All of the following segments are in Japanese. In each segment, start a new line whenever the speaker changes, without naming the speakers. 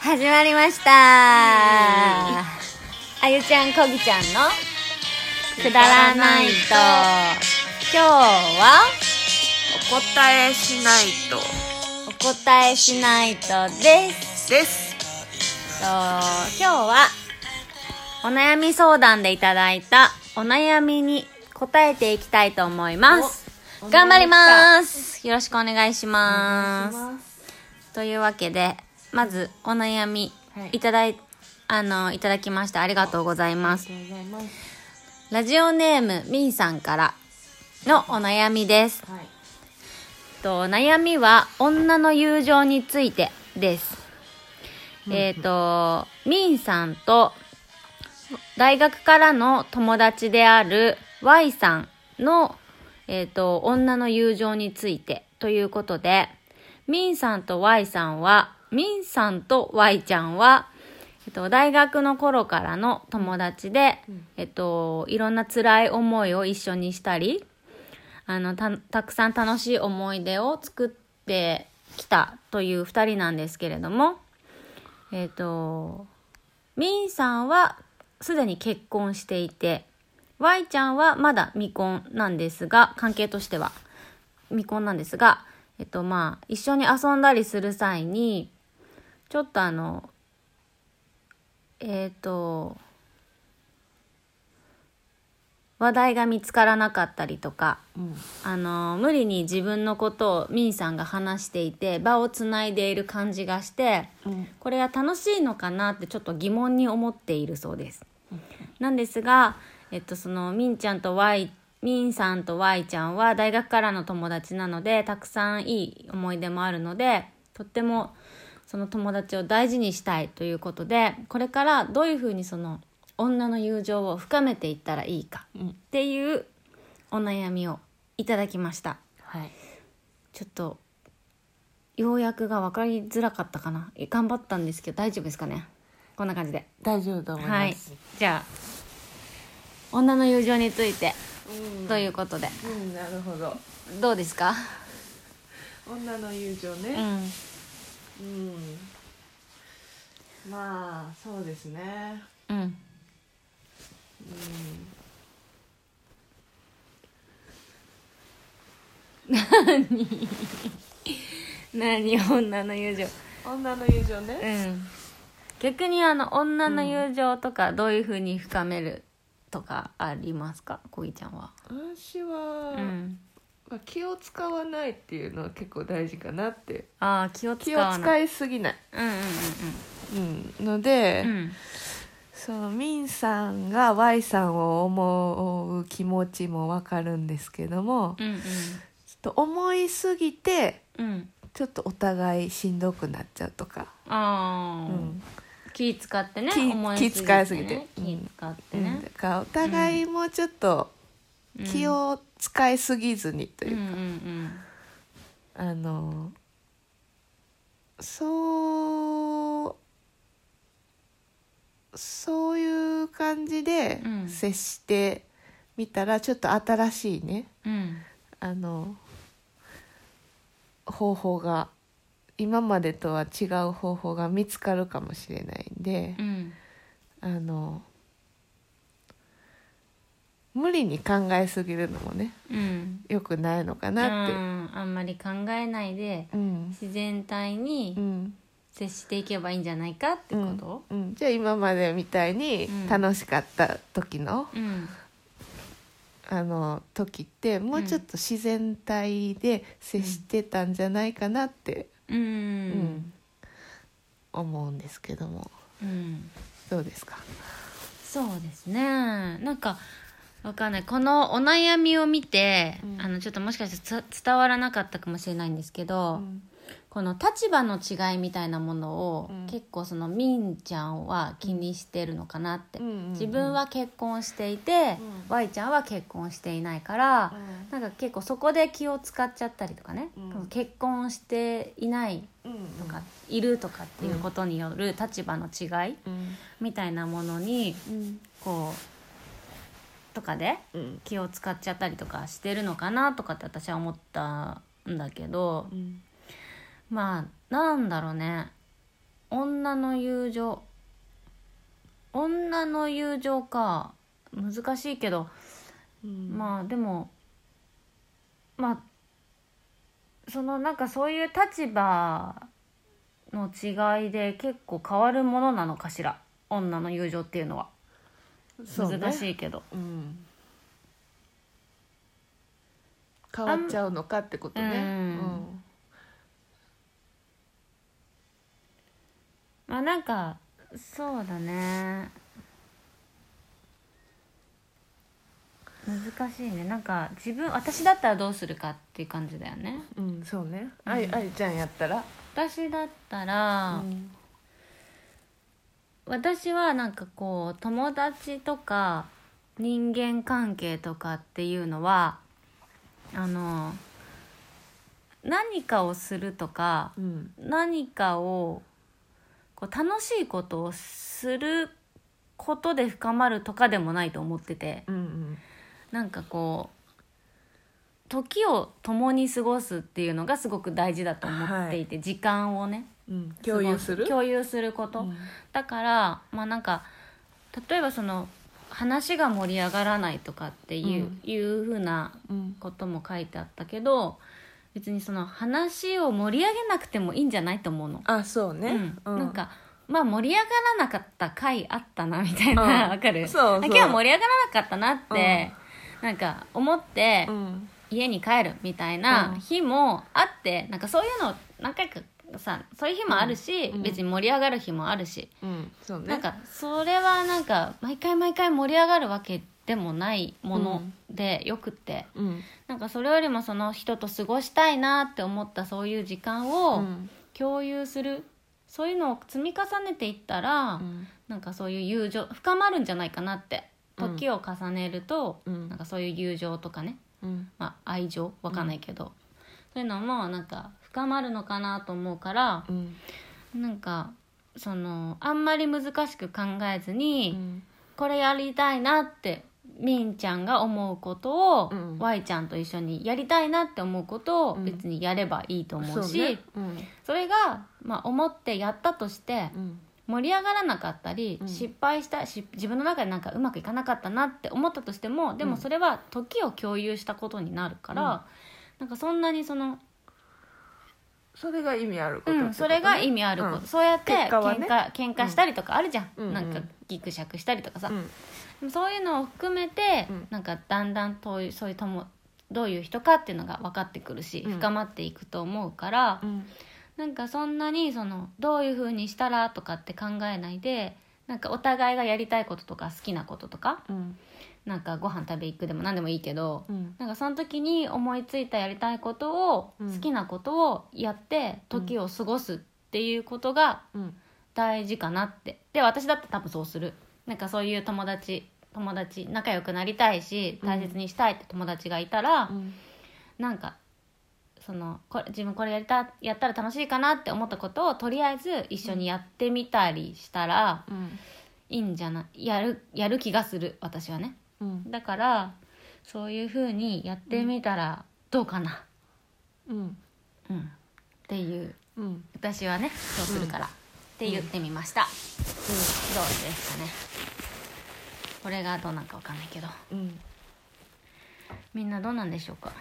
始まりましたあゆちゃんこぎちゃんのくだらないと今日は
お答えしないと
お答えしないとです
です
と今日はお悩み相談でいただいたお悩みに答えていきたいと思います
お
頑張りますよろしくお願いしますというわけでまずお悩み
はい
いただい,、あのいただきましてありがとうございま
あ
す
りがとうございます
ラジオネームみーさんからのお悩みです
はい
と悩みは女の友情についてですえっ、とみーさんと大学からの友達である Y さんの、えっと女の友情についてということでみーさんと Y さんはみーさんと Y ちゃんは、えっと大学の頃からの友達で、えっといろんな辛い思いを一緒にしたりあのたたくさん楽しい思い出を作ってきたという2人なんですけれどもえっ、とみーさんはすでに結婚していて Y ちゃんはまだ未婚なんですが関係としては未婚なんですがえっとまあ一緒に遊んだりする際にちょっとあのえっ、と話題が見つからなかったりとか
うん
あの無理に自分のことをミンさんが話していて場をつないでいる感じがして
うん
これが楽しいのかなってちょっと疑問に思っているそうです。なんですが、えっと、そのミンちゃんと Y ミンさんと Y ちゃんは大学からの友達なのでたくさんいい思い出もあるのでとってもその友達を大事にしたいということでこれからどういうふうにその女の友情を深めていったらいいか
うん
っていうお悩みをいただきました
はい
ちょっとようやくが分かりづらかったかなえ頑張ったんですけど大丈夫ですかねこんな感じで
大丈夫だと思い
は
ま
い
す
じゃあ女の友情について
うん
ということで
うんなるほど
どうですか
女の友情
う
ね
ん
うんまあそうですね
うん 何女の友情
女の友情ね
うん逆にあの女の友情とかどういうふうに深めるとかありますかこぎちゃんは
私は、
うん
まあ、気を使わないっていうのは結構大事かなって
ああ気を使
気を
わない
使いすぎない、
うんうん
うん、ので、
うんうんうん
そのミンさんが Y さんを思う気持ちもわかるんですけども、
うん
ちょっと思いすぎて
うんうん
ちょっとお互いしんどくなっちゃうとか、
あ
う
あ、
ん
気使ってね
気
思すぎ
気使いすぎ
ね
てうん
気使って
うんだ
ね、
からお互いもちょっと
うん
気を使いすぎずにと
う
い
ん
う
うん
か、あのそうそういう感じで
うん
接してみたらちょっと新しいね
うんうん
あの方法が今までとは違う方法が見つかるかもしれないんで
う、ん
あの無理に考えすぎるのもね
うん
よくないのかなって。
ああんまり考えないで
うん
自然体
う
に
ん
接していけばいいんじゃないかってこと
うんうんじゃあ今までみたいに
うん
楽しかった時の,、
うん
あの時ってもうちょっと自然体で接してたんじゃないかなって、
うん、
うん思うんですけども
うん
どうですか
そうですねなんかわかんないこのお悩みを見て、
うん
あのちょっともしかしてつ伝わらなかったかもしれないんですけど、
うん
この立場の違いみたいなものを、
うん
結構そのみんちゃんは気にしてるのかなって、
うんうんうん
自分は結婚していて、
うん
Y ちゃんは結婚していないから、
う
なんか結構そこで気を使っちゃったりとかね、
うん
結婚していない
んうん
とか、いるとかっていうことによる立場の違い
うん
みたいなものに
うん
こうとかで
うん
気を使っちゃったりとかしてるのかなとかって私は思ったんだけど
う、ん
まあなんだろうね女の友情女の友情か難しいけど
うん
まあでもまあそのなんかそういう立場の違いで結構変わるものなのかしら女の友情っていうのは
そうね
難しいけど
うん、変わっちゃうのかってことね。
あんまあなんかそうだね難しいねなんか自分私だったらどうするかっていう感じだよね
うん、うんそうね。
うん
あいあいちゃんやったら、
私だったら、
うん
私はなんかこう友達とか人間関係とかっていうのはあの何かをするとか
うん、
何かをこう楽しいことをすることで深まるとかでもないと思ってて
うんうん
なんかこう時を共に過ごすっていうのがすごく大事だと思っていて、時間をね
うん、共有する。
共有すること、
うん
だからまあなんか例えばその話が盛り上がらないとかっていう,、
うん
いうふうな
うん
ことも書いてあったけど別にその話を盛り上げなくてもいいんじゃないと思うの。
あそうね。
う
うんん、
なんかまあ盛り上がらなかった回あったなみたいな、
うん
わかる
そうそう
あ今日は盛り上がらなかったなって、なんか思って
うん、
家に帰るみたいな
うん
日もあって、なんかそういうの何回かさそういう日もあるし、
うんうん
別に盛り上がる日もあるし、
うん、そうね。
なんかそれはなんか毎回毎回盛り上がるわけでもないものでよくって、
うん、
なんかそれよりもその人と過ごしたいなって思ったそういう時間
う
を
ん、
共有する、そういうのを積み重ねていったら、
うん、
なんかそういう友情深まるんじゃないかなって
うん
時を重ねると、
うん
なんかそういう友情とかね、
うん、
まあ、愛情わかんないけど、そういうのもなんか深まるのかなと思うから。
うん、
なんかそのあんまり難しく考えずに、
うん
これやりたいなってみんちゃんが思うことを、
うん
わいちゃんと一緒にやりたいなって思うことを
うん
別にやればいいと思うし、
そうねうん、
それが、まあ、思ってやったとして
うん、
盛り上がらなかったり、
うん
失敗したし自分の中でなんかうまくいかなかったなって思ったとしてもでもそれは時を共有したことになるから、なんかそんなにその
それが意味あること
う
ってことね、
ん、それが意味あること、
うん
そうやって
結果は
喧
ね
嘩,、喧嘩したりとかあるじゃん、
うん
なん
う
か
ん
ギクシャクしたりとかさ、
うん
でもそういうのを含めて、
うん
なんかだんだんとそういうともどういう人かっていうのが分かってくるし、
うん
深まっていくと思うから、
うん、
なんかそんなにそのどういう風にしたらとかって考えないでなんかお互いがやりたいこととか好きなこととか
うん、
なんかご飯食べ行くでも何でもいいけど、
うん、
なんかその時に思いついたやりたいことを、
うん
好きなことをやって時を過ごすっていうことが
うん、
大事かなってで私だって多分そうするなんかそういう友達友達仲良くなりたいし
うん
大切にしたいって友達がいたら、
うん、
なんかそのこれ自分これやりたやったら楽しいかなって思ったことをとりあえず一緒にやってみたりしたら
うん、
いいんじゃないやるやる気がする私はね
うん、
だからそういうふうにやってみたらどうかな、
うん、
うんっていう
うん、
私はねそうするから、って言ってみました、どうですかねこれがどうなんかわかんないけど
うん、
みんなどうなんでしょうか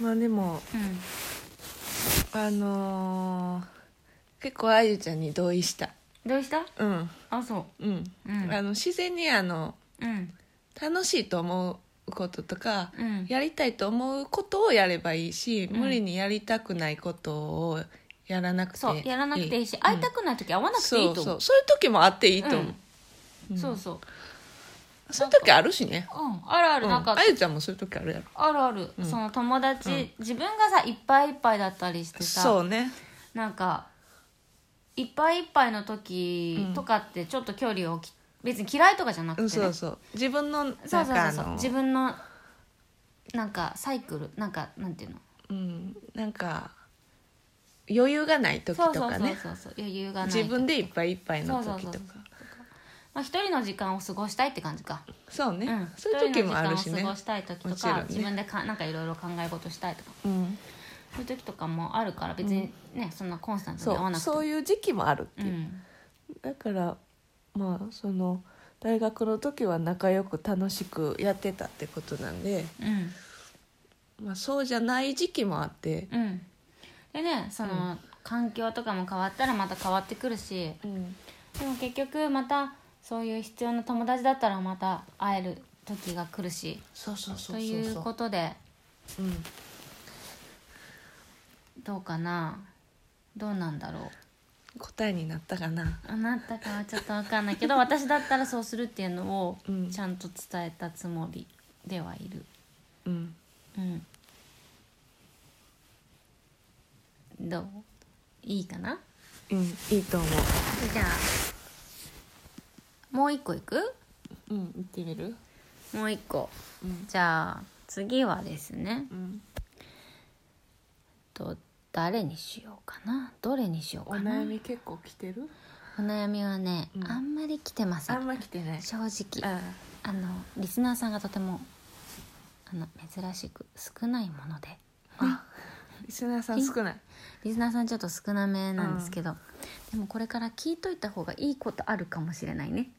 まあでも
うん
あのー結構あゆちゃんに同意した。
どうした
うん、
あそう
うん、
うん
あの自然にあの
うん
楽しいと思うこととか。
うん
やりたいと思うことをやればいいし、
うん
無理にやりたくないことをやらなくて
そうやらなくていいし、会いたくない時会わ
な
なくていいと
そうそ
思う
うそういう時もあっていいと思う、うん
そうそう
そういう時あるしね
うんあるある
うん
なんか、
あゆちゃんもそういう時あるやろ
あるある、
うん
その友達、
うん
自分がさいっぱいいっぱいだったりしてさ
そうね
なんかいっぱいいっぱいの時
うん
とかってちょっと距離を置き別に嫌いとかじゃなくて、
う
ね、
んそうそう自分のなん
そうそうそ
か
う
あ
そう
の
自分のなんかサイクルなんかなんていうの
うんなんか余裕がない時と
そうそう
か
そう
ね
そうそう余裕がない
自分
で
でいっぱいいっぱいの時
そうそ
と
う
か
まあ、一人の時間を過ごしたいって感じか、
そう
う
ね
ん
そういう時もあるし
一人の時間を
ね
過ごしたい時と
もちろん
か、
ね
自分でかなんかいろいろ考え事したいとか
うん
そういう時とかもあるから別にね、そんなコンスタント
そ
に会わ
う
なくて
そういう時期もあるって
う
いう、
ん
だからまあその大学の時は仲良く楽しくやってたってことなんで、
うん
まあ、そうじゃない時期もあって、
うんでねその、環境とかも変わったらまた変わってくるし
うん
でも結局またそういう必要な友達だったらまた会える時が来るし
そうそうそうそう
と
そう
いうことで
うん、
どうかなどうなんだろう
答えになったかな
あなったかはちょっと分かんないけど私だったらそうするっていうのを
うん
ちゃんと伝えたつもりではいる
うん
うんどういいかな
うんいいと思
じゃあもう一個いく
ううん行ってみる
もう一個
うん
じゃあ次はですね
うん
と誰にしようかなどれにしよう
お
かな
悩み結構来てる
お悩みはね、
うん
あんまり来てません
ま来てない
正直
あ
あのリスナーさんがとてもあの珍しく少ないもので
あ リスナーさん少ない
リスナーさんちょっと少なめなんですけど、でもこれから聞いといた方がいいことあるかもしれないね